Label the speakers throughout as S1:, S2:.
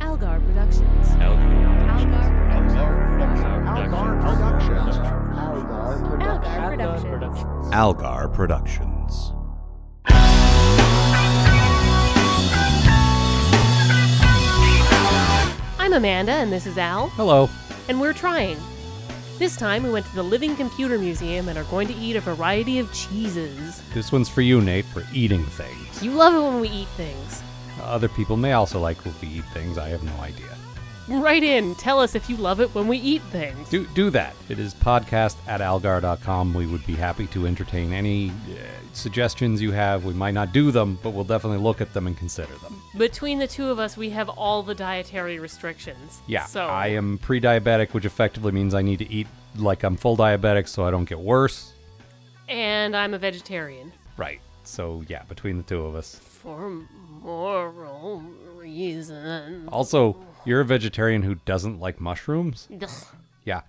S1: Algar Productions.
S2: Algar.
S3: Algar Productions.
S1: Algar Productions.
S4: Algar Productions.
S1: I'm Amanda, and this is Al,
S5: Hello.
S1: and we're trying. This time, we went to the Living Computer Museum and are going to eat a variety of cheeses.
S5: This one's for you, Nate, for eating things.
S1: You love it when we eat things.
S5: Other people may also like when we eat things. I have no idea.
S1: Write in, tell us if you love it when we eat things.
S5: Do, do that. It is podcast at algar.com. We would be happy to entertain any uh, suggestions you have. We might not do them, but we'll definitely look at them and consider them.
S1: Between the two of us, we have all the dietary restrictions.
S5: Yeah.
S1: So
S5: I am pre diabetic, which effectively means I need to eat like I'm full diabetic so I don't get worse.
S1: and I'm a vegetarian
S5: Right. So, yeah, between the two of us.
S1: for moral
S5: Oh.
S1: reasons.
S5: Also, you're a vegetarian who doesn't like mushrooms?
S1: Ugh.
S5: Yeah.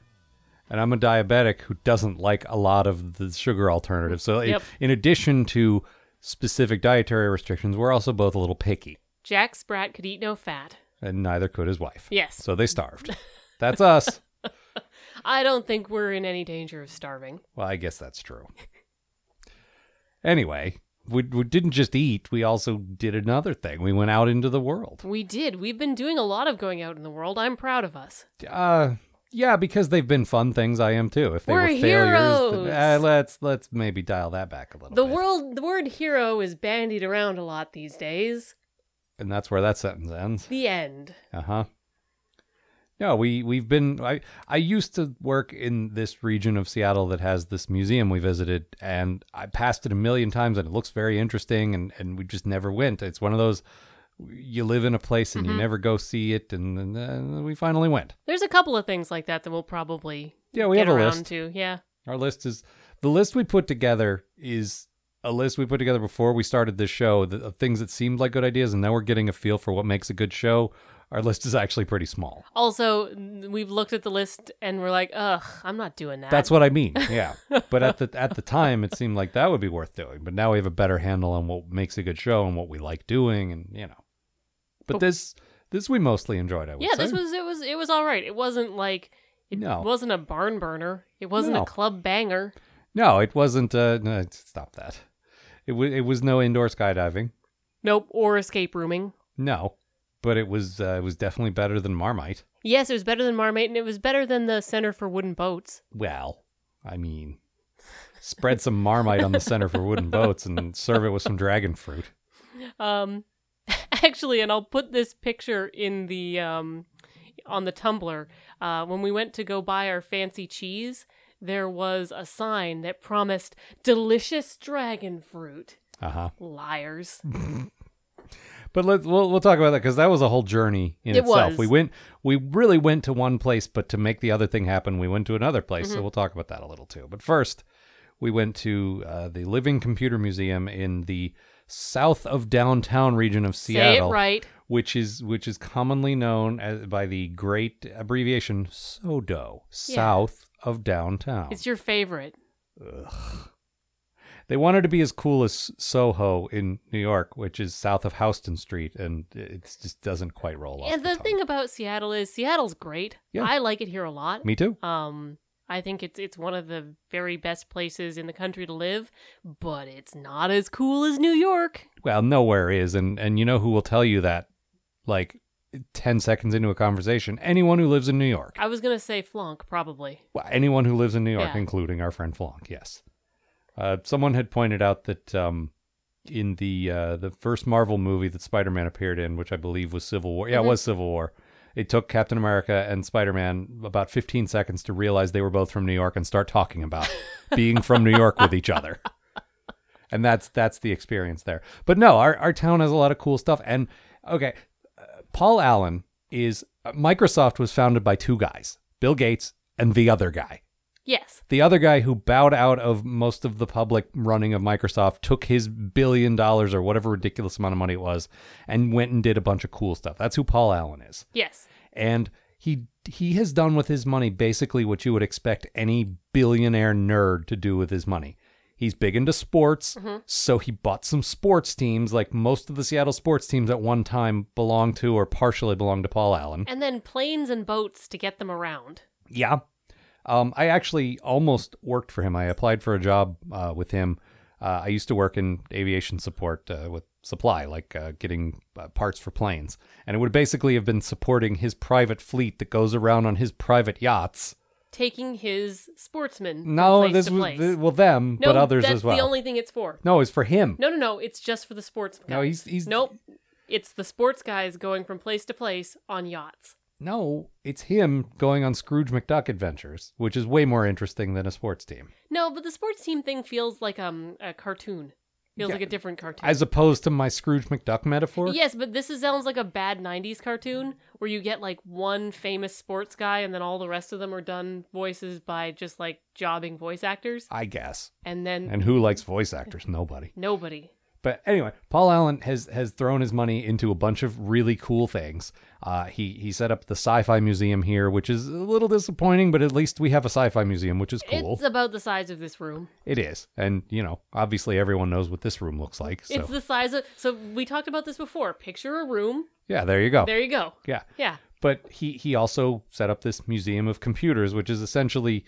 S5: And I'm a diabetic who doesn't like a lot of the sugar alternatives. So, i-
S1: Yep.
S5: in addition to specific dietary restrictions, we're also both a little picky,
S1: Jack Sprat could eat no fat.
S5: and neither could his wife.
S1: Yes.
S5: So they starved. That's us.
S1: I don't think we're in any danger of starving.
S5: Well, I guess that's true. Anyway, we, we didn't just eat, we also did another thing. We went out into the world.
S1: We did. We've been doing a lot of going out in the world. I'm proud of us.
S5: Uh, yeah, because they've been fun things. I am too. If they were,
S1: We're
S5: failures, then-
S1: heroes.
S5: uh, let's let's maybe dial that back a little.
S1: The
S5: bit.
S1: world the word hero is bandied around a lot these days.
S5: and that's where that sentence ends.
S1: The end.
S5: Uh huh. No, we we've been. I I used to work in this region of Seattle that has this museum we visited, and I passed it a million times, and it looks very interesting, and and we just never went. It's one of those you live in a place and
S1: Mm-hmm.
S5: you never go see it, and, then uh, we finally went.
S1: There's a couple of things like that that we'll probably
S5: Yeah, we
S1: get
S5: have a
S1: around
S5: list.
S1: to. Yeah.
S5: Our list is the list we put together is a list we put together before we started this show the, of things that seemed like good ideas, and now we're getting a feel for what makes a good show. Our list is actually pretty small.
S1: Also, n- we've looked at the list and we're like, ugh, I'm not doing that.
S5: That's what I mean. Yeah, but at the at the time, it seemed like that would be worth doing. But now we have a better handle on what makes a good show and what we like doing, and you know. But this this we mostly enjoyed. I would
S1: yeah,
S5: say.
S1: this was it was it was all right. It wasn't like it
S5: No.
S1: wasn't a barn burner. It wasn't a
S5: No.
S1: club banger.
S5: no, it wasn't. Uh, no, stop that. It was it was no indoor skydiving.
S1: Nope, or escape rooming.
S5: No, but it was uh, it was definitely better than Marmite.
S1: Yes, it was better than Marmite, and it was better than the Center for Wooden Boats.
S5: Well, I mean, spread some marmite on the center for wooden boats and serve it with some dragon fruit.
S1: Um, actually, and I'll put this picture in the um, on the Tumblr. Uh, when we went to go buy our fancy cheese, there was a sign that promised delicious dragon fruit.
S5: Uh huh.
S1: Liars.
S5: But let's we'll, we'll talk about that because that was a whole journey in
S1: It
S5: itself.
S1: was.
S5: We went, we really went to one place, but to make the other thing happen, we went to another place.
S1: Mm-hmm.
S5: So we'll talk about that a little too. But first, we went to uh, the Living Computer Museum in the south of downtown region of
S1: Say it
S5: Seattle,
S1: right.
S5: which is which is commonly known as, by the great abbreviation SODO,
S1: Yeah.
S5: south of downtown.
S1: It's your favorite.
S5: They wanted to be as cool as Soho in New York, which is south of Houston Street, and it just doesn't quite roll off.
S1: And the
S5: tongue.
S1: thing about Seattle is Seattle's great.
S5: Yeah.
S1: I like it here a lot.
S5: me too.
S1: Um, I think it's it's one of the very best places in the country to live, but it's not as cool as New York.
S5: Well, nowhere is, and and you know who will tell you that, like, ten seconds into a conversation, anyone who lives in New York,
S1: I was gonna say flunk probably.
S5: well, anyone who lives in New York,
S1: Yeah.
S5: including our friend Flonk, yes. Uh, someone had pointed out that um, in the uh, the first Marvel movie that Spider Man appeared in, which I believe was Civil War, yeah, it was Civil War. It took Captain America and Spider Man about 15 seconds to realize they were both from New York and start talking about being from New York with each other. And that's that's the experience there. But no, our our town has a lot of cool stuff. And okay, uh, Paul Allen is uh, Microsoft was founded by two guys, Bill Gates and the other guy
S1: Yes.
S5: the other guy who bowed out of most of the public running of Microsoft took his billion dollars or whatever ridiculous amount of money it was and went and did a bunch of cool stuff. That's who Paul Allen is.
S1: Yes.
S5: And he he has done with his money basically what you would expect any billionaire nerd to do with his money. He's big into sports,
S1: Mhm.
S5: so he bought some sports teams. Like most of the Seattle sports teams at one time belonged to or partially belonged to Paul Allen.
S1: And then planes and boats to get them around.
S5: Yeah. Um, I actually almost worked for him. I applied for a job uh, with him. Uh, I used to work in aviation support uh, with supply, like uh, getting uh, parts for planes. And it would basically have been supporting his private fleet that goes around on his private yachts.
S1: Taking his sportsmen. from
S5: No,
S1: place
S5: this
S1: to
S5: was,
S1: place.
S5: th- well, them,
S1: no,
S5: but others
S1: that's
S5: as well.
S1: the only thing it's for.
S5: no, it's for him.
S1: No, no, no. It's just for the sports guys.
S5: No, he's- he's-
S1: Nope. It's the sports guys going from place to place on yachts.
S5: No, it's him going on Scrooge McDuck adventures, which is way more interesting than a sports team.
S1: No, but the sports team thing feels like um a cartoon. Feels
S5: Yeah.
S1: like a different cartoon.
S5: As opposed to my Scrooge McDuck metaphor?
S1: Yes, but this is, sounds like a bad '90s cartoon where you get like one famous sports guy, and then all the rest of them are done voices by just like jobbing voice actors,
S5: I guess.
S1: and then
S5: And who likes voice actors? Nobody.
S1: nobody.
S5: But anyway, Paul Allen has has thrown his money into a bunch of really cool things. Uh, he he set up the Sci-Fi Museum here, which is a little disappointing, but at least we have a Sci-Fi Museum, which is cool.
S1: It's about the size of this room.
S5: It is, and you know, obviously everyone knows what this room looks like. So
S1: It's the size of. So we talked about this before. Picture a room.
S5: yeah, there you go.
S1: There you go.
S5: yeah,
S1: Yeah.
S5: but he he also set up this museum of computers, which is essentially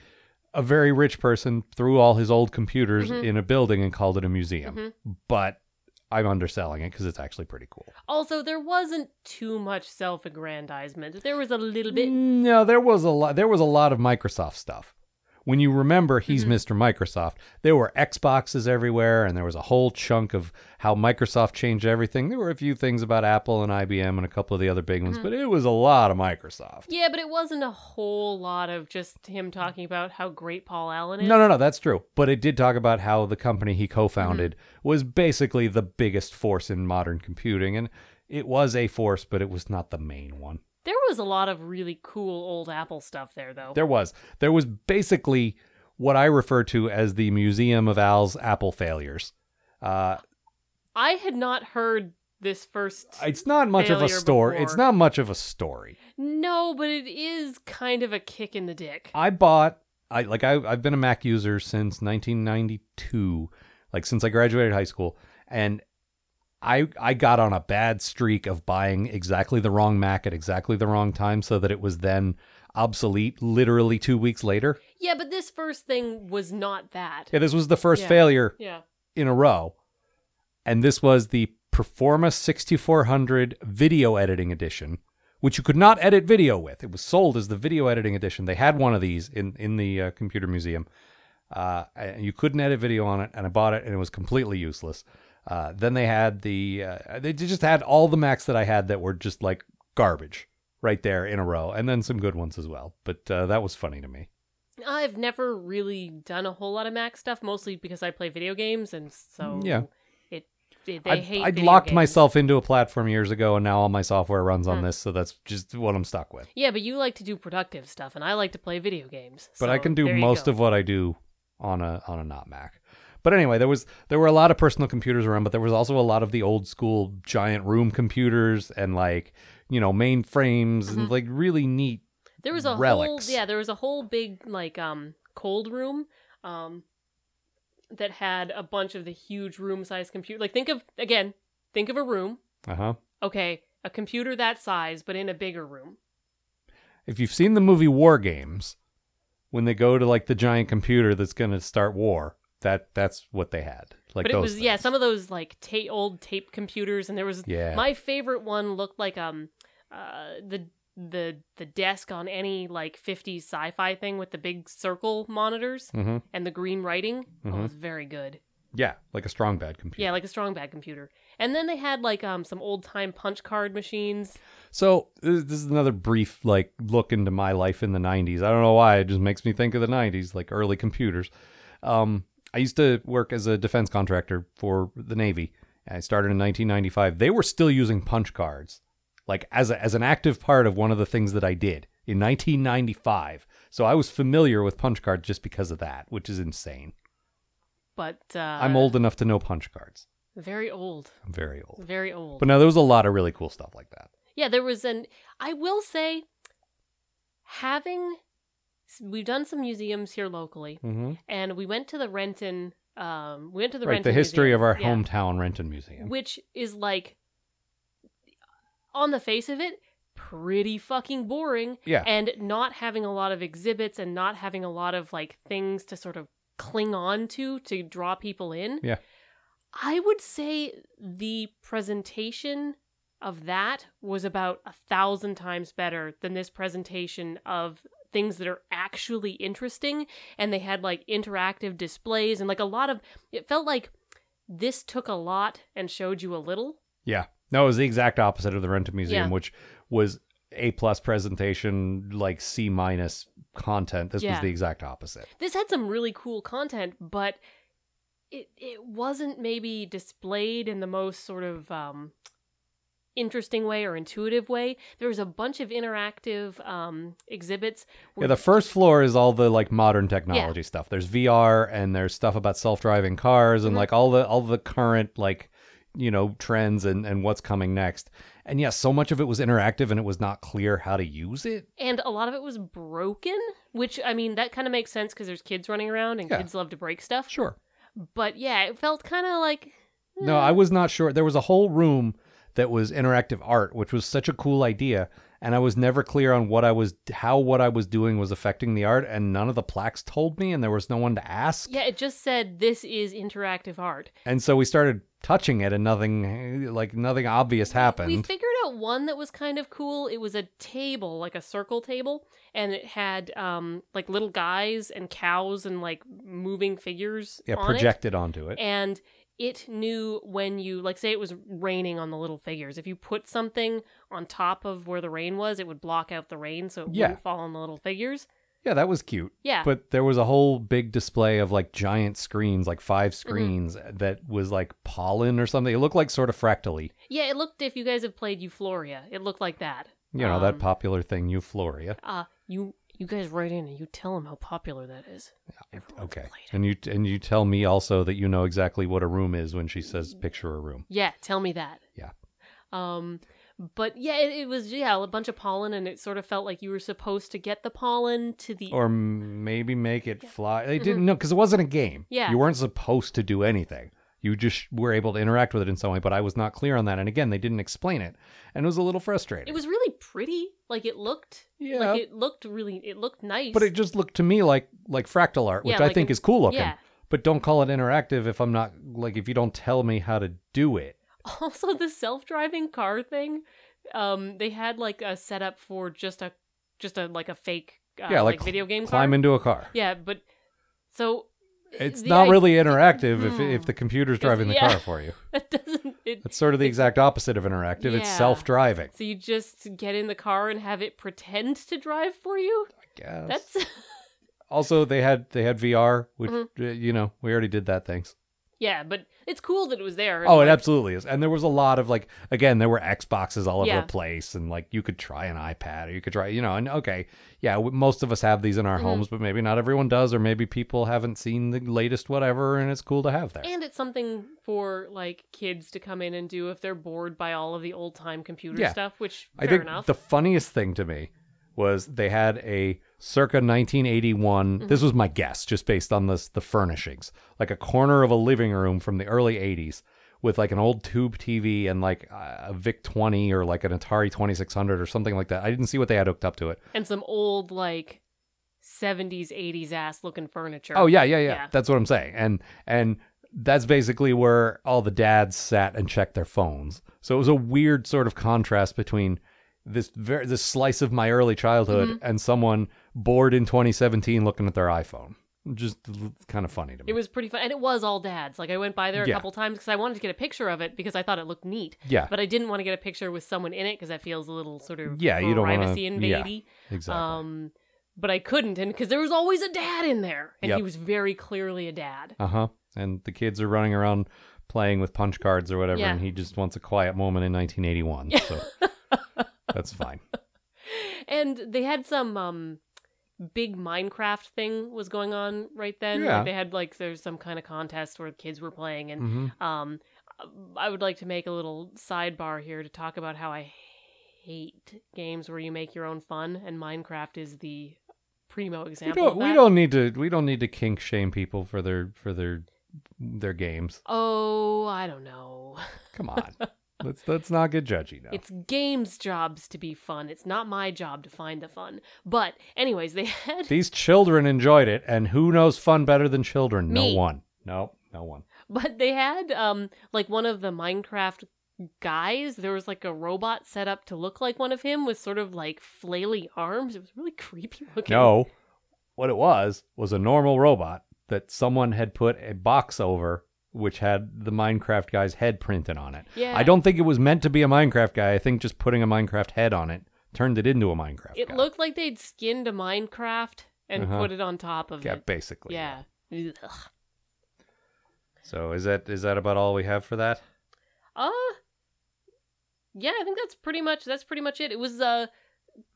S5: a very rich person threw all his old computers
S1: Mm-hmm.
S5: in a building and called it a museum. But I'm underselling it because it's actually pretty cool.
S1: Also, there wasn't too much self-aggrandizement. There was a little bit.
S5: Mm, No, there was a lot. There was a lot of Microsoft stuff. When you remember, he's
S1: Mm-hmm.
S5: Mr. Microsoft. There were Xboxes everywhere, and there was a whole chunk of how Microsoft changed everything. There were a few things about Apple and IBM and a couple of the other big ones,
S1: Mm-hmm.
S5: but it was a lot of Microsoft.
S1: Yeah, but it wasn't a whole lot of just him talking about how great Paul Allen is.
S5: No, no, no, that's true. But it did talk about how the company he co founded
S1: Mm-hmm.
S5: was basically the biggest force in modern computing. And it was a force, but it was not the main one.
S1: There was a lot of really cool old Apple stuff there, though.
S5: There was. There was basically what I refer to as the Museum of Al's Apple Failures. Uh,
S1: I had not heard this first.
S5: it's not much of a
S1: Failure
S5: story.
S1: before.
S5: It's not much of a story.
S1: No, but it is kind of a kick in the dick.
S5: I bought. I like. I, I've been a Mac user since 1992. Like since I graduated high school, and I I got on a bad streak of buying exactly the wrong Mac at exactly the wrong time, so that it was then obsolete literally two weeks later.
S1: Yeah, but this first thing was not that.
S5: Yeah, this was the first
S1: Yeah.
S5: failure
S1: Yeah.
S5: in a row. And this was the Performa 6400 video editing edition, which you could not edit video with. It was sold as the video editing edition. They had one of these in, in the uh, computer museum. Uh, and you couldn't edit video on it, and I bought it, and it was completely useless. Uh, then they had the, uh, they just had all the Macs that I had that were just like garbage right there in a row, and then some good ones as well. But uh, that was funny to me.
S1: I've never really done a whole lot of Mac stuff, mostly because I play video games, and so
S5: Mm, Yeah.
S1: it they, they
S5: I,
S1: hate.
S5: I'd
S1: video
S5: locked
S1: games.
S5: myself into a platform years ago, and now all my software runs on this, so that's just what I'm stuck with.
S1: Yeah, but you like to do productive stuff, and I like to play video games.
S5: But I
S1: so
S5: can do
S1: there you
S5: most
S1: go.
S5: of what I do on a on a not Mac. But anyway, there was there were a lot of personal computers around, but there was also a lot of the old school giant room computers and like you know mainframes
S1: Mm-hmm.
S5: and like really neat.
S1: There was a
S5: relics.
S1: whole yeah, there was a whole big like um cold room um that had a bunch of the huge room sized computer. Like think of again, think of a room.
S5: Uh huh.
S1: Okay, a computer that size, but in a bigger room.
S5: If you've seen the movie War Games, when they go to like the giant computer that's going to start war, that that's what they had. Like
S1: but it
S5: those
S1: was yeah,
S5: things.
S1: some of those like ta- old tape computers, and there was
S5: Yeah.
S1: my favorite one looked like um uh the the the desk on any like 50s sci-fi thing with the big circle monitors
S5: Mhm.
S1: and the green writing oh,
S5: Mhm.
S1: it was very good
S5: yeah, like a strong bad computer.
S1: Yeah, like a strong bad computer. And then they had like um some old time punch card machines.
S5: So this this is another brief like look into my life in the '90s. I don't know why it just makes me think of the '90s, like early computers. Um, I used to work as a defense contractor for the Navy. And I started in 1995. They were still using punch cards, like as a, as an active part of one of the things that I did in 1995. So I was familiar with punch cards just because of that, which is insane.
S1: But uh,
S5: I'm old enough to know punch cards.
S1: Very old.
S5: I'm very old.
S1: Very old.
S5: But no, there was a lot of really cool stuff like that.
S1: yeah, there was an. I will say, having we've done some museums here locally,
S5: Mm-hmm.
S1: and we went to the Renton um, we went to the
S5: right,
S1: Renton
S5: the history
S1: Museum.
S5: of our
S1: Yeah.
S5: hometown Renton Museum.
S1: which is like on the face of it pretty fucking boring
S5: yeah.
S1: and not having a lot of exhibits and not having a lot of like things to sort of cling on to to draw people in
S5: Yeah.
S1: i would say the presentation of that was about a thousand times better than this presentation of things that are actually interesting and they had like interactive displays and like a lot of it felt like this took a lot and showed you a little
S5: Yeah. No, it was the exact opposite of the Renton Museum,
S1: Yeah.
S5: which was A plus presentation, like C minus content. This
S1: Yeah.
S5: was the exact opposite.
S1: this had some really cool content, but it it wasn't maybe displayed in the most sort of um, interesting way or intuitive way. There was a bunch of interactive um, exhibits.
S5: Yeah, the first floor is all the like modern technology stuff. There's VR and there's stuff about self-driving cars and
S1: Mhm.
S5: like all the all the current like you know trends and and what's coming next. And yes, so much of it was interactive and it was not clear how to use it.
S1: and a lot of it was broken, which I mean that kind of makes sense because there's kids running around and
S5: Yeah.
S1: kids love to break stuff.
S5: Sure.
S1: But yeah, it felt kind of like
S5: No, I was not sure. There was a whole room that was interactive art, which was such a cool idea, and I was never clear on what I was how what I was doing was affecting the art and none of the plaques told me and there was no one to ask.
S1: yeah, it just said this is interactive art.
S5: And so we started touching it and nothing like nothing obvious happened.
S1: We figured out one that was kind of cool. It was a table, like a circle table, and it had um like little guys and cows and like moving figures
S5: yeah,
S1: on
S5: projected onto
S1: it.
S5: it.
S1: And it knew when you like say it was raining on the little figures. If you put something on top of where the rain was, it would block out the rain so it
S5: Yeah.
S1: wouldn't fall on the little figures.
S5: Yeah, that was cute.
S1: Yeah.
S5: But there was a whole big display of like giant screens, like five
S1: Mm-hmm.
S5: screens that was like pollen or something. It looked like sort of fractally,
S1: yeah, it looked if you guys have played Euphoria, it looked like that.
S5: you know, that
S1: Um,
S5: popular thing, euphoria.
S1: Uh you you guys write in and you tell them how popular that is. Everyone's
S5: Okay.
S1: played it.
S5: And you and you tell me also that you know exactly what a room is when she says
S1: Mm-hmm.
S5: picture a room.
S1: Yeah, tell me that.
S5: Yeah.
S1: Um, but yeah, it, it was yeah a bunch of pollen, and it sort of felt like you were supposed to get the pollen to the
S5: Or m- maybe make it fly. They
S1: Mhm.
S5: didn't know because it wasn't a game.
S1: Yeah.
S5: You weren't supposed to do anything. You just were able to interact with it in some way, but I was not clear on that. And again, they didn't explain it, and it was a little frustrating.
S1: It was really pretty. Like it looked.
S5: Yeah.
S1: Like it looked really. It looked nice.
S5: but it just looked to me like like fractal art, which
S1: Yeah,
S5: I
S1: like
S5: think
S1: it-
S5: is cool looking.
S1: yeah.
S5: But don't call it interactive if I'm not like if you don't tell me how to do it.
S1: also the self-driving car thing. Um, they had like a setup for just a just a like a fake uh,
S5: yeah, like,
S1: like, video game
S5: climb
S1: car.
S5: into a car.
S1: Yeah, but so
S5: It's
S1: the
S5: not
S1: i-
S5: really interactive if if
S1: Hmm.
S5: the computer's driving the
S1: Yeah.
S5: car for you.
S1: That doesn't. It,
S5: It's sort of the exact opposite of interactive. It's
S1: Yeah.
S5: self-driving.
S1: so you just get in the car and have it pretend to drive for you.
S5: I guess.
S1: That's
S5: Also, they had they had VR, which
S1: Mhm.
S5: uh, you know we already did that. Thanks.
S1: Yeah, but it's cool that it was there.
S5: Oh, it absolutely is. And there was a lot of like again, there were Xboxes all over
S1: Yeah.
S5: the place, and like you could try an iPad or you could try you know and okay, yeah, w- most of us have these in our
S1: Mhm.
S5: homes, but maybe not everyone does, or maybe people haven't seen the latest whatever, and it's cool to have there.
S1: And it's something for like kids to come in and do if they're bored by all of the old time computer
S5: Yeah.
S1: stuff, which
S5: I
S1: fair
S5: think
S1: enough.
S5: the funniest thing to me was they had a circa
S1: Mm-hmm.
S5: 1981. This was my guess, just based on this the furnishings, like a corner of a living room from the early 80s with like an old tube TV and like a Vic 20 or like an Atari 2600 or something like that. I didn't see what they had hooked up to it.
S1: and some old like seventies, eighties ass looking furniture.
S5: Oh yeah, yeah, yeah,
S1: Yeah.
S5: That's what I'm saying. And and that's basically where all the dads sat and checked their phones. So it was a weird sort of contrast between this ver this slice of my early childhood
S1: Mm-hmm.
S5: and someone bored in 2017 looking at their iPhone. Just l- kind of funny to me.
S1: It was pretty fun, and it was all dads. Like I went by there a
S5: Yeah.
S1: couple times because I wanted to get a picture of it because I thought it looked neat.
S5: Yeah.
S1: but I didn't want to get a picture with someone in it because that feels a little sort of
S5: Yeah, you don't wanna-
S1: privacy
S5: yeah,
S1: invadey.
S5: exactly.
S1: Um, but I couldn't, and because there was always a dad in there, and he
S5: Yep.
S1: was very clearly a dad.
S5: uh huh. And the kids are running around playing with punch cards or whatever,
S1: Yeah.
S5: and he just wants a quiet moment in 1981. So that's fine.
S1: and they had some um big minecraft thing was going on right then
S5: Yeah.
S1: they had like there's some kind of contest where kids were playing and
S5: hmm
S1: um i would like to make a little sidebar here to talk about how i hate games where you make your own fun and minecraft is the primo
S5: We
S1: example
S5: don't.
S1: of that.
S5: We don't need to. We don't need to kink shame people for their for their their games.
S1: Oh, I don't know.
S5: Come on. let's let's not get judgy now.
S1: It's games jobs to be fun. It's not my job to find the fun. But anyways, they had
S5: These children enjoyed it, and who knows fun better than children?
S1: Me.
S5: No one. Nope, no one.
S1: but they had um like one of the Minecraft guys. There was like a robot set up to look like one of him with sort of like flaily arms. It was really creepy looking.
S5: No. What it was was a normal robot that someone had put a box over which had the Minecraft guy's head printed on it.
S1: Yeah.
S5: I don't think it was meant to be a Minecraft guy. I think just putting a Minecraft head on it turned it into a Minecraft
S1: It
S5: guy.
S1: looked like they'd skinned a Minecraft and
S5: Uh-huh.
S1: put it on top of
S5: yeah,
S1: it.
S5: basically.
S1: Yeah. Ugh.
S5: So is that is that about all we have for that?
S1: Uh Yeah, I think that's pretty much that's pretty much it. It was uh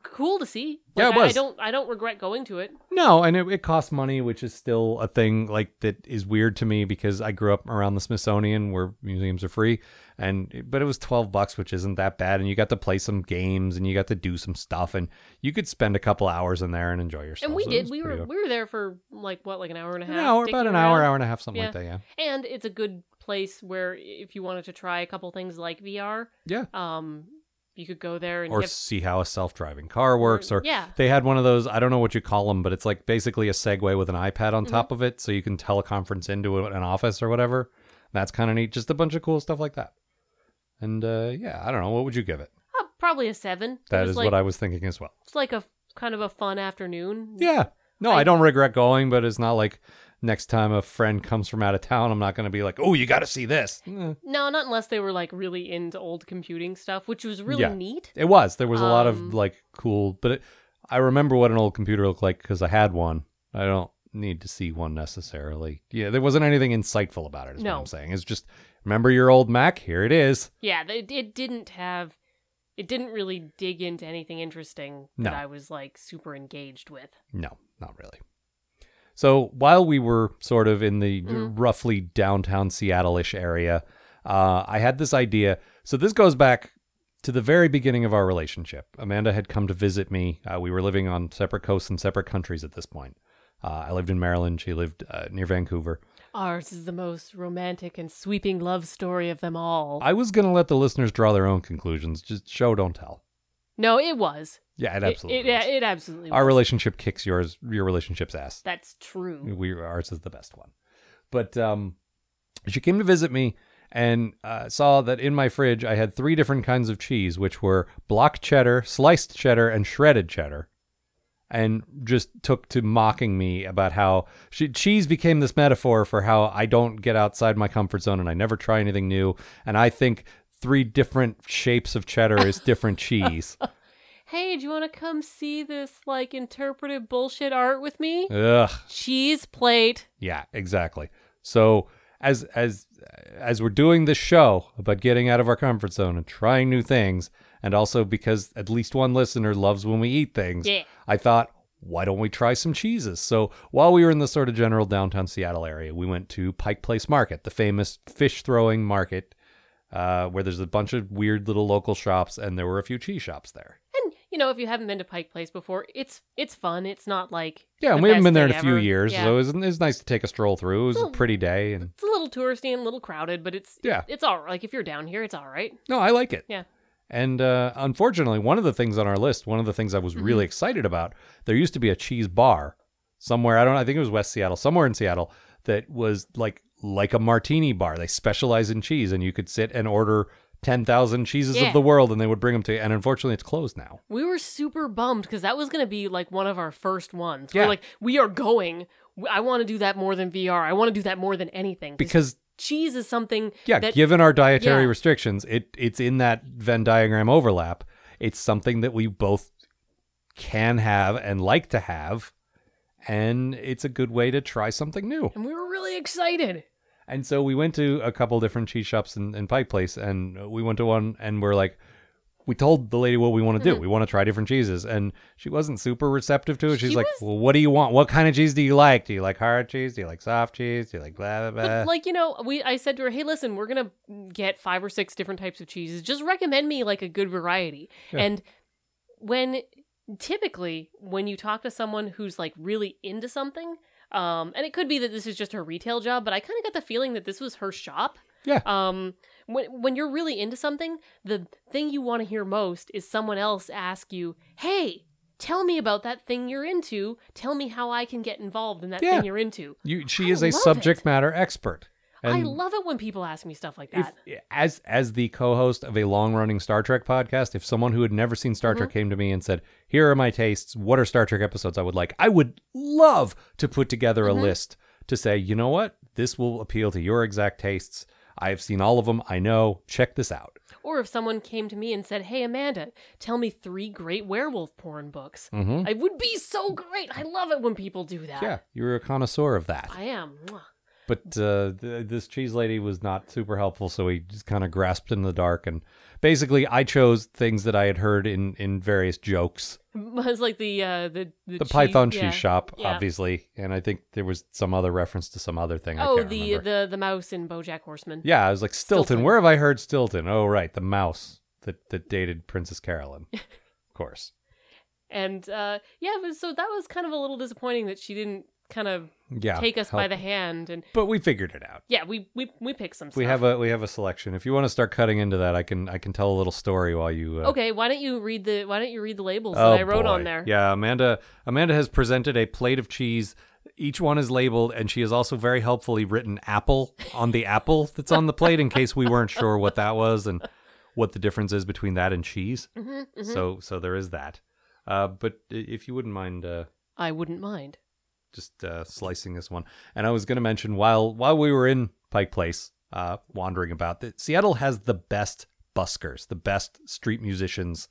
S1: cool to see.
S5: Yeah,
S1: Like,
S5: it
S1: I- I,
S5: was.
S1: don't I don't regret going to it.
S5: No, and it, it costs money, which is still a thing like that is weird to me because I grew up around the Smithsonian where museums are free, and but it was twelve bucks, which isn't that bad, and you got to play some games and you got to do some stuff, and you could spend a couple hours in there and enjoy yourself.
S1: And we
S5: So it
S1: did.
S5: was
S1: We
S5: pretty
S1: were
S5: good.
S1: we were there for like what, like an hour and a half?
S5: an hour,
S1: dicking
S5: about an hour,
S1: around?
S5: hour and a half, something like that. Yeah,
S1: And it's a good place where if you wanted to try a couple things like VR,
S5: yeah.
S1: um, you could go there and
S5: Or
S1: get-
S5: see how a self-driving car works, or
S1: Mm, yeah,
S5: They had one of those, I don't know what you call them, but it's like basically a Segway with an iPad
S1: Mm-hmm.
S5: on top of it so you can teleconference into a- an office or whatever. That's kind of neat. Just a bunch of cool stuff like that. And uh, yeah, I don't know. What would you give it?
S1: Uh, probably a seven.
S5: That
S1: it was
S5: is
S1: like,
S5: what I was thinking as well.
S1: It's like a kind of a fun afternoon.
S5: Yeah. No, I,
S1: I-
S5: don't regret going, but it's not like next time a friend comes from out of town, I'm not going to be like, oh, you got to see this. Eh.
S1: No, not unless they were like really into old computing stuff, which was really
S5: Yeah.
S1: neat.
S5: It was. There was a lot
S1: Um,
S5: of like cool, but it, I remember what an old computer looked like because I had one. I don't need to see one necessarily. Yeah, there wasn't anything insightful about it. Is
S1: No.
S5: what I'm saying. It's just remember your old Mac. Here it is.
S1: Yeah, it, it didn't have, it didn't really dig into anything interesting
S5: No.
S1: that I was like super engaged with.
S5: No, not really. So while we were sort of in the
S1: Mhm.
S5: roughly downtown Seattle-ish area, uh, I had this idea. So this goes back to the very beginning of our relationship. Amanda had come to visit me. Uh, we were living on separate coasts and separate countries at this point. Uh, I lived in Maryland. She lived uh, near Vancouver.
S1: Ours is the most romantic and sweeping love story of them all.
S5: I was going to let the listeners draw their own conclusions. Just show, don't tell.
S1: no, it was.
S5: Yeah, it absolutely.
S1: It, it,
S5: is.
S1: it absolutely.
S5: Our
S1: was.
S5: relationship kicks yours, your relationship's ass.
S1: That's true.
S5: we ours is the best one but um she came to visit me and uh, saw that in my fridge i had three different kinds of cheese which were block cheddar sliced cheddar and shredded cheddar and just took to mocking me about how she, cheese became this metaphor for how I don't get outside my comfort zone and I never try anything new. And I think three different shapes of cheddar is different cheese.
S1: Hey, do you want to come see this like interpretive bullshit art with me?
S5: Ugh.
S1: Cheese plate.
S5: Yeah, exactly. So as as as we're doing this show about getting out of our comfort zone and trying new things, and also because at least one listener loves when we eat things,
S1: Yeah.
S5: I thought, why don't we try some cheeses? So while we were in the sort of general downtown Seattle area, we went to Pike Place Market, the famous fish throwing market, uh, where there's a bunch of weird little local shops, and there were a few cheese shops there.
S1: And you know, if you haven't been to Pike Place before, it's it's fun. It's not like
S5: Yeah, and
S1: the
S5: we haven't
S1: best
S5: been there in
S1: thing
S5: a few
S1: ever.
S5: years,
S1: Yeah.
S5: so it was, it was nice to take a stroll through. It was a
S1: Well,
S5: pretty day, and
S1: it's a little touristy and a little crowded, but it's
S5: yeah.
S1: it's all like if you're down here, it's all right.
S5: No, I like it.
S1: Yeah.
S5: And uh, unfortunately, one of the things on our list, one of the things I was
S1: Mm-hmm.
S5: really excited about, there used to be a cheese bar somewhere. I don't. I think it was West Seattle, somewhere in Seattle, that was like like a martini bar. They specialize in cheese, and you could sit and order ten thousand cheeses
S1: Yeah.
S5: of the world, and they would bring them to you. And unfortunately, it's closed now.
S1: We were super bummed because that was going to be like one of our first ones.
S5: Yeah.
S1: We're like, we are going. W- I want to do that more than VR. I want to do that more than anything
S5: Because
S1: cheese is something.
S5: yeah,
S1: that,
S5: given our dietary
S1: yeah.
S5: restrictions, it it's in that Venn diagram overlap. It's something that we both can have and like to have, and it's a good way to try something new.
S1: and we were really excited.
S5: And so we went to a couple different cheese shops in, in Pike Place, and we went to one, and we're like, we told the lady what we want to
S1: Mm-hmm.
S5: do. We want to try different cheeses, and she wasn't super receptive to it. She's
S1: She
S5: like,
S1: was-
S5: "Well, what do you want? What kind of cheese do you like? Do you like hard cheese? Do you like soft cheese? Do you like blah blah blah?"
S1: But like you know, we I said to her, "Hey, listen, we're gonna get five or six different types of cheeses. Just recommend me like a good variety."
S5: Yeah.
S1: And when typically when you talk to someone who's like really into something, Um, and it could be that this is just her retail job, but I kind of got the feeling that this was her shop.
S5: Yeah.
S1: Um, when when you're really into something, the thing you want to hear most is someone else ask you, "Hey, tell me about that thing you're into. Tell me how I can get involved in that
S5: Yeah.
S1: thing you're into."
S5: You,
S1: I
S5: she is a
S1: love
S5: subject
S1: it.
S5: matter expert.
S1: I love it when people ask me stuff like
S5: if,
S1: that.
S5: as as the co-host of a long-running Star Trek podcast, if someone who had never seen Star
S1: Mm-hmm.
S5: Trek came to me and said, "Here are my tastes. What are Star Trek episodes I would like?" I would love to put together
S1: Mm-hmm.
S5: a list to say, "You know what? This will appeal to your exact tastes. I have seen all of them. I know. Check this out."
S1: Or if someone came to me and said, "Hey Amanda, tell me three great werewolf porn books,"
S5: Mhm.
S1: I would be so great. I love it when people do that.
S5: Yeah, you're a connoisseur of that.
S1: I am. Mwah.
S5: But uh, th- this cheese lady was not super helpful, so we just kind of grasped in the dark. And basically, I chose things that I had heard in in various jokes.
S1: It's like the uh, the the,
S5: the
S1: cheese-
S5: Python
S1: yeah,
S5: cheese shop,
S1: yeah.
S5: obviously, and I think there was some other reference to some other thing. I
S1: Oh,
S5: can't
S1: the,
S5: remember.
S1: the the mouse in BoJack Horseman.
S5: yeah, I was like Stilton.
S1: Stilton.
S5: Where have I heard Stilton? Oh, right, the mouse that that dated Princess Carolyn, of course.
S1: And uh, yeah, but, so that was kind of a little disappointing that she didn't kind of
S5: Yeah,
S1: take us by
S5: help.
S1: the hand. And
S5: But we figured it out.
S1: yeah, we we we picked some. Stuff.
S5: We have a we have a selection. If you want to start cutting into that, I can I can tell a little story while you. Uh,
S1: okay. Why don't you read the Why don't you read the labels
S5: Oh,
S1: that I wrote
S5: boy.
S1: on there?
S5: Yeah, Amanda. Amanda has presented a plate of cheese. Each one is labeled, and she has also very helpfully written "apple" on the apple that's on the plate, in case we weren't sure what that was and what the difference is between that and cheese.
S1: Mm-hmm,
S5: So, so there is that. Uh, but i- if you wouldn't mind, uh,
S1: I wouldn't mind.
S5: just uh, slicing this one. And I was going to mention while while we were in Pike Place, uh, wandering about, that Seattle has the best buskers, the best street musicians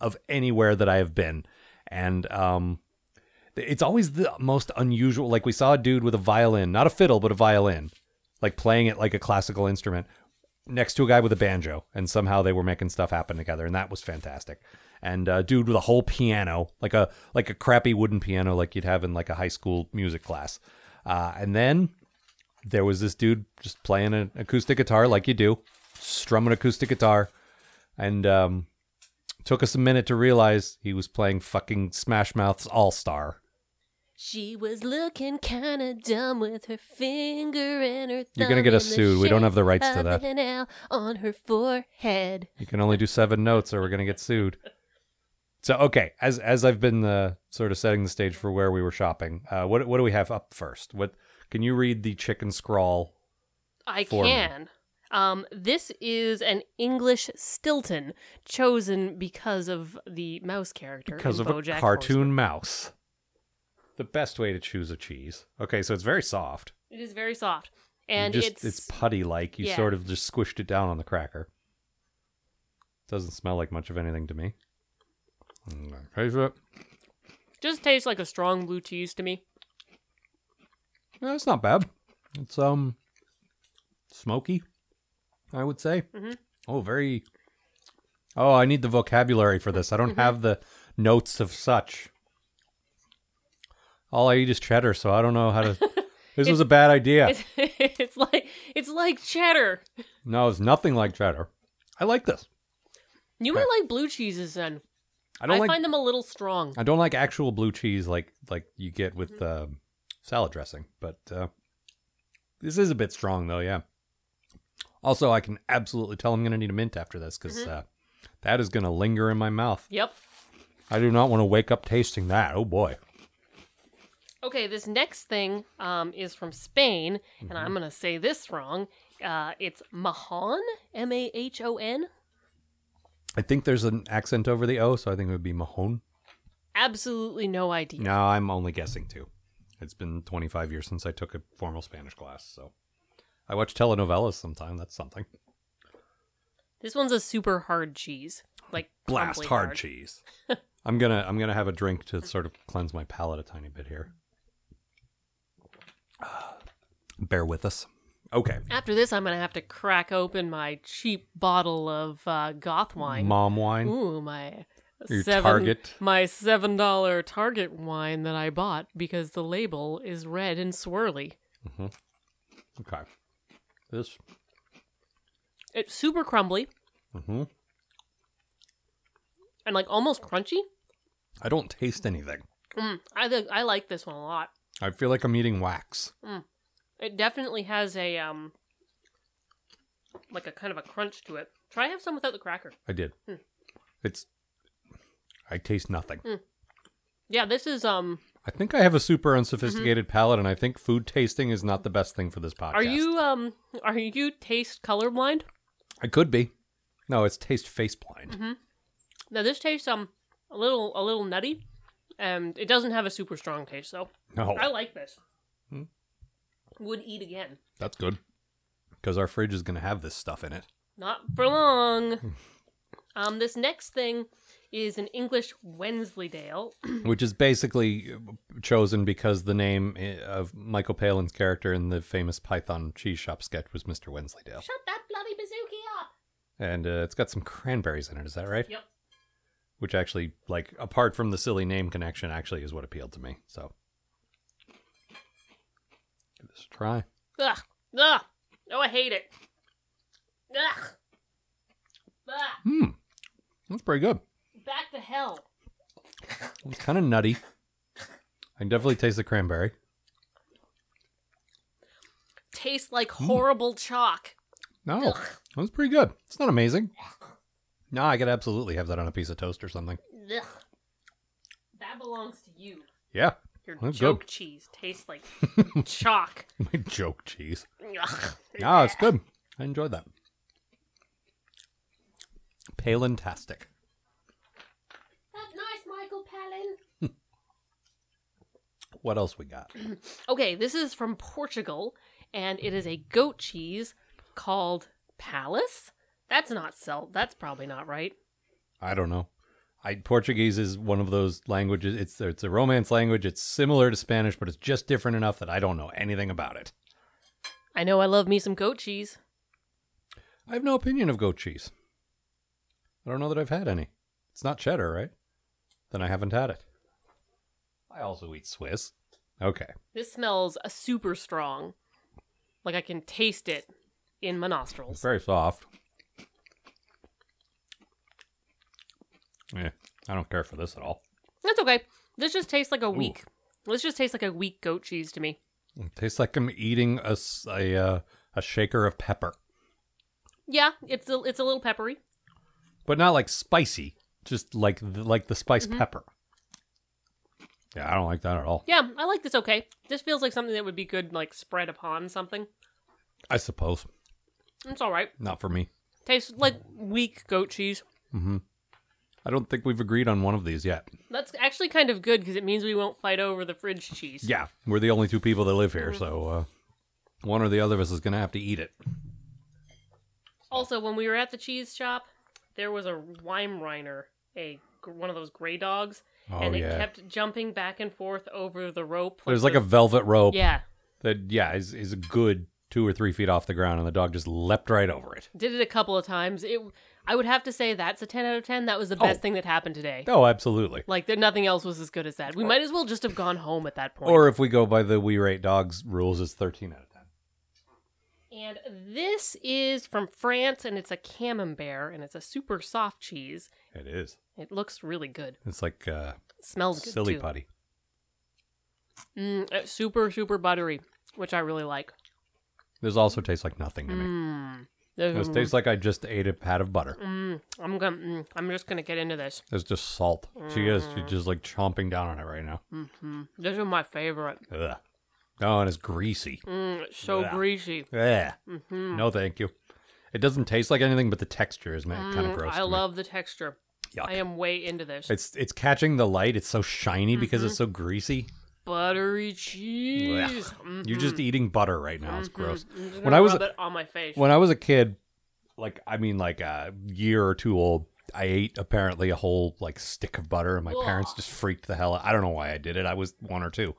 S5: of anywhere that I have been, and um, th- it's always the most unusual. Like we saw a dude with a violin, not a fiddle, but a violin, like playing it like a classical instrument next to a guy with a banjo and somehow they were making stuff happen together and that was fantastic and uh, dude with a whole piano like a like a crappy wooden piano like you'd have in like a high school music class uh, and then there was this dude just playing an acoustic guitar like you do strumming acoustic guitar and um, took us a minute to realize he was playing fucking smash mouth's all star
S1: She was looking kind of dumb with her finger and her. Thumb
S5: You're gonna get us
S1: in the
S5: sued. We don't
S1: shape
S5: have the rights to
S1: of
S5: that.
S1: An L on her forehead.
S5: You can only do seven notes, or we're gonna get sued. So okay, as as I've been uh, sort of setting the stage for where we were shopping, uh, what what do we have up first? What can you read the chicken scrawl?
S1: I
S5: for me.
S1: can. Um, this is an English Stilton chosen because of the mouse character.
S5: Because
S1: in
S5: of a
S1: BoJack
S5: cartoon
S1: Horseman.
S5: mouse. The best way to choose a cheese. Okay, so it's very soft.
S1: It is very soft,
S5: You
S1: and
S5: just,
S1: it's,
S5: putty like. You
S1: yeah.
S5: sort of just squished it down on the cracker. Doesn't smell like much of anything to me. Mm, taste it.
S1: just tastes like a strong blue cheese to me.
S5: No, it's not bad. It's um smoky, I would say.
S1: Mm-hmm.
S5: Oh, very. Oh, I need the vocabulary for this. I
S1: Mm-hmm.
S5: don't have the notes of such. All I eat is cheddar, so I don't know how to. This was a bad idea.
S1: It's, it's like it's like cheddar.
S5: No, it's nothing like cheddar. I like this.
S1: You might like blue cheeses then.
S5: I
S1: I,
S5: don't like.
S1: find them a little strong.
S5: I don't like actual blue cheese like like you get with um, salad dressing, but uh, this is a bit strong though. Yeah. Also, I can absolutely tell I'm going to need a mint after this because uh, that is going to linger in my mouth.
S1: Yep.
S5: I do not want to wake up tasting that. Oh boy.
S1: Okay, this next thing um, is from Spain, and
S5: Mm-hmm.
S1: I'm gonna say this wrong. Uh, it's Mahon, M A H O N.
S5: I think there's an accent over the O, so I think it would be Mahone.
S1: Absolutely no idea.
S5: No, I'm only guessing too. It's been 25 years since I took a formal Spanish class, so I watch telenovelas sometime. That's something.
S1: This one's a super hard cheese, like
S5: blast
S1: crumbly
S5: hard, cheese. I'm gonna I'm gonna have a drink to sort of cleanse my palate a tiny bit here. Ah, Bear with us. Okay.
S1: After this, I'm gonna have to crack open my cheap bottle of uh, goth wine.
S5: Mom wine.
S1: Ooh, my
S5: Your
S1: seven,
S5: Target.
S1: my seven dollar Target wine that I bought because the label is red and swirly.
S5: Mm-hmm. Okay. This.
S1: It's super crumbly
S5: Mm-hmm.
S1: and like almost crunchy.
S5: I don't taste anything.
S1: Mm, I think I like this one a lot.
S5: I feel like I'm eating wax.
S1: It definitely has a um like a kind of a crunch to it. Try have some without the cracker.
S5: I did.
S1: Hmm.
S5: It's. I taste nothing.
S1: Yeah, this is um
S5: I think I have a super unsophisticated palate, and I think food tasting is not the best thing for this podcast.
S1: Mm-hmm. are you um are you taste colorblind?
S5: I could be. No, it's taste face blind.
S1: Mm-hmm. Now this tastes um a little a little nutty. And it doesn't have a super strong taste though.
S5: No,
S1: I like this. Would eat again.
S5: that's good. Because our fridge is going to have this stuff in it.
S1: Not for long. um this next thing is an English Wensleydale.
S5: which is basically chosen because the name i- of Michael Palin's character in the famous Python cheese shop sketch was Mr. Wensleydale.
S1: Shut that bloody bazooki up.
S5: And uh, it's got some cranberries in it, is that right?
S1: Yep.
S5: Which actually, like, apart from the silly name connection, actually is what appealed to me. So, give this a try.
S1: Ugh. Ugh. Oh, I hate it. Ugh. Ugh.
S5: Hmm. That's pretty good.
S1: Back to hell.
S5: It's kind of nutty. I can definitely taste the cranberry.
S1: Tastes like
S5: Mm.
S1: horrible chalk.
S5: No, that was pretty good. It's not amazing. No, I could absolutely have that on a piece of toast or something.
S1: Ugh. That belongs to you.
S5: Yeah.
S1: Your
S5: That's
S1: joke
S5: good.
S1: cheese tastes like chalk.
S5: My joke cheese.
S1: Ugh.
S5: Ah, it's good. I enjoyed that. Palintastic.
S1: That's nice, Michael Palin.
S5: What else we got?
S1: Okay, this is from Portugal, and it is a goat cheese called Palace. That's not sell. That's probably not right.
S5: I don't know. I, Portuguese is one of those languages. It's it's a Romance language. It's similar to Spanish, but it's just different enough that I don't know anything about it.
S1: I know I love me some goat cheese.
S5: I have no opinion of goat cheese. I don't know that I've had any. It's not cheddar, right? Then I haven't had it. I also eat Swiss. Okay.
S1: This smells uh, super strong. Like I can taste it in my
S5: It's
S1: nostrils.
S5: very soft. Yeah, I don't care for this at all.
S1: That's okay. This just tastes like a weak. This just tastes like a weak goat cheese to me.
S5: It tastes like I'm eating a s- a, uh, a shaker of pepper,
S1: Yeah, it's a, it's a little peppery.
S5: but not like spicy. Just like the, like the spiced pepper. Yeah, I don't like that at all.
S1: Yeah, I like this okay. This feels like something that would be good like spread upon something.
S5: I suppose
S1: It's all right.
S5: not for me.
S1: Tastes like weak goat cheese.
S5: I don't think we've agreed on one of these yet.
S1: That's actually kind of good because it means we won't fight over the fridge cheese.
S5: Yeah, we're the only two people that live here,
S1: Mm-hmm.
S5: so uh, one or the other of us is going to have to eat it.
S1: Also, when we were at the cheese shop, there was a Weimaraner, a gr- one of those gray dogs,
S5: Oh
S1: and it
S5: yeah,
S1: kept jumping back and forth over the rope.
S5: there's like a velvet rope.
S1: yeah.
S5: that yeah is is a good two or three feet off the ground, and the dog just leapt right over it.
S1: Did it a couple of times. It. I would have to say that's a ten out of ten. That was the best thing that happened today.
S5: Oh, absolutely.
S1: Like that, nothing else was as good as that. We might as well just have gone home at that point.
S5: Or if we go by the we rate dogs rules, it's thirteen out of ten.
S1: and this is from France, and it's a camembert, and it's a super soft cheese.
S5: It is.
S1: It looks really good.
S5: It's like uh,
S1: It smells good
S5: silly
S1: too.
S5: putty.
S1: Mm, it's super super buttery, which I really like.
S5: This also tastes like nothing to me.
S1: Mm. This,
S5: This tastes like I just ate a pat of butter.
S1: mm, I'm gonna. Mm, I'm just gonna get into this.
S5: It's just salt. She is.
S1: Mm.
S5: She's just like chomping down on it right now.
S1: hmm This is my favorite.
S5: Ugh. Oh, and it's greasy.
S1: Mm, it's so
S5: Ugh.
S1: greasy.
S5: Yeah.
S1: Mm-hmm.
S5: No, thank you. It doesn't taste like anything, but the texture is kind of gross.
S1: Mm, I
S5: to me.
S1: love the texture.
S5: Yuck.
S1: I am way into this
S5: It's it's catching the light. It's so shiny because it's
S1: Mm-hmm.
S5: so greasy.
S1: buttery cheese. Mm.
S5: You're just eating butter right now. It's gross.
S1: I'm just
S5: When
S1: gonna
S5: I was
S1: rub it on my face.
S5: when I was a kid, like I mean, like a year or two old, I ate apparently a whole like stick of butter, and my parents just freaked the hell out. I don't know why I did it. I was one or two,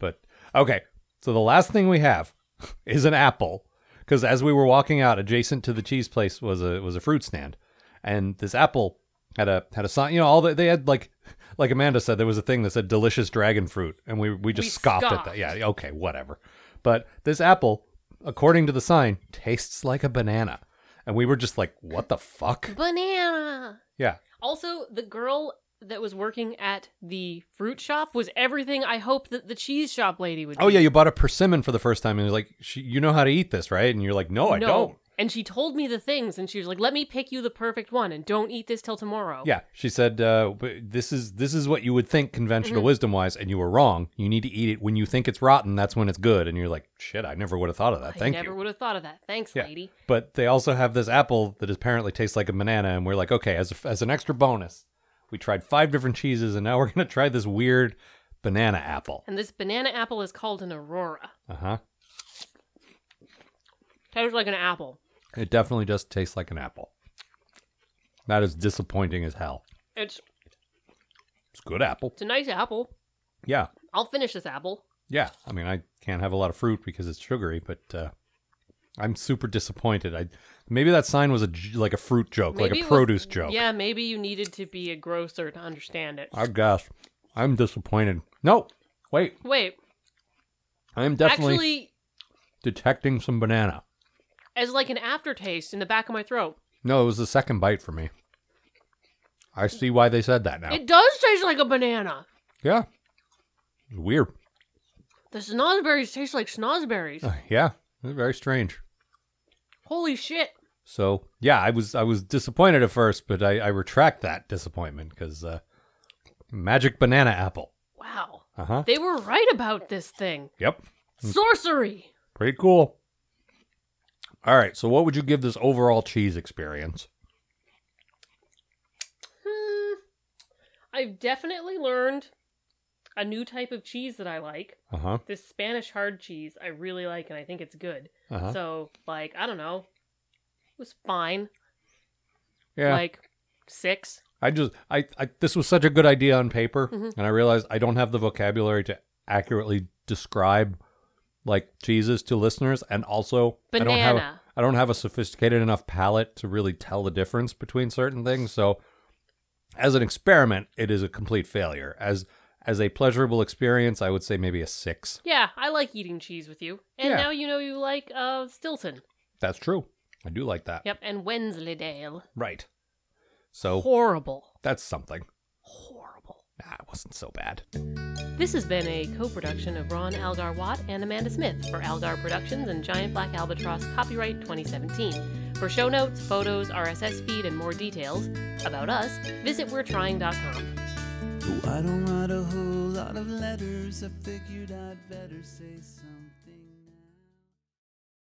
S5: but okay. So the last thing we have is an apple, because as we were walking out, adjacent to the cheese place was a was a fruit stand, and this apple had a had a sign. You know, all the, they had like. Like Amanda said, there was a thing that said "delicious dragon fruit," and we we just
S1: We
S5: scoffed at
S1: scoffed.
S5: that. Yeah, okay, whatever. But this apple, according to the sign, tastes like a banana. And we were just like, what the fuck?
S1: Banana.
S5: Yeah.
S1: Also, the girl that was working at the fruit shop was everything I hoped that the cheese shop lady would.
S5: Oh
S1: be.
S5: yeah, you bought a persimmon for the first time, and you're like, "She- "You know how to eat this, right?" And you're like, "No, I don't."
S1: And she told me the things, and she was like, "Let me pick you the perfect one, and don't eat this till tomorrow."
S5: Yeah, she said, uh, "But "This is this is what you would think conventional
S1: Mm-hmm.
S5: wisdom wise, and you were wrong. You need to eat it when you think it's rotten. That's when it's good." And you're like, "Shit, I never would have thought of that.
S1: I
S5: Thank
S1: never
S5: you."
S1: would have thought of that. Thanks,
S5: Yeah.
S1: lady.
S5: But they also have this apple that apparently tastes like a banana, and we're like, "Okay, as a, as an extra bonus, we tried five different cheeses, and now we're gonna try this weird banana apple."
S1: And this banana apple is called an aurora.
S5: Uh huh.
S1: Tastes like an apple.
S5: It definitely does taste like an apple. That is disappointing as hell.
S1: It's
S5: It's a good apple.
S1: it's a nice apple.
S5: Yeah.
S1: I'll finish this apple.
S5: Yeah, I mean, I can't have a lot of fruit because it's sugary, but uh, I'm super disappointed. I maybe that sign was a j- like a fruit joke,
S1: Maybe
S5: like
S1: it
S5: a
S1: was-
S5: produce joke.
S1: Yeah, maybe you needed to be a grocer to understand it.
S5: I guess I'm disappointed. No, wait,
S1: Wait,
S5: I'm definitely
S1: actually,
S5: detecting some banana.
S1: as like an aftertaste in the back of my throat,
S5: No, it was the second bite for me. I see why they said that now.
S1: it does taste like a banana.
S5: yeah, weird.
S1: The snozberries taste like snozberries.
S5: Uh, yeah, very strange.
S1: Holy shit!
S5: So yeah, I was I was disappointed at first, but I, I retract that disappointment because uh, magic banana apple.
S1: Wow,
S5: Uh huh.
S1: they were right about this thing.
S5: Yep.
S1: Sorcery.
S5: Pretty cool. All right. So, what would you give this overall cheese experience?
S1: Hmm. I've definitely learned a new type of cheese that I like.
S5: Uh huh.
S1: This Spanish hard cheese I really like, and I think it's good.
S5: Uh huh.
S1: So, like, I don't know. It was fine.
S5: Yeah.
S1: Like, six.
S5: I just, I, I, this was such a good idea on paper,
S1: Mhm.
S5: and I realized I don't have the vocabulary to accurately describe like cheeses to listeners, and also I don't have,
S1: Banana.
S5: I don't have a sophisticated enough palate to really tell the difference between certain things. So, as an experiment, it is a complete failure. As as a pleasurable experience, I would say maybe a six.
S1: Yeah, I like eating cheese with you. And
S5: Yeah.
S1: now you know you like uh, Stilton.
S5: That's true. I do like that.
S1: Yep, and Wensleydale.
S5: Right. So
S1: Horrible.
S5: that's something.
S1: Horrible.
S5: Nah, it wasn't so bad.
S1: This has been a co production of Ron Algar Watt and Amanda Smith for Algar Productions and Giant Black Albatross, copyright 2017. For show notes, photos, RSS feed, and more details about us, visit we'retrying.com.
S2: Oh, I don't write a whole lot of letters. I figured I'd better say something.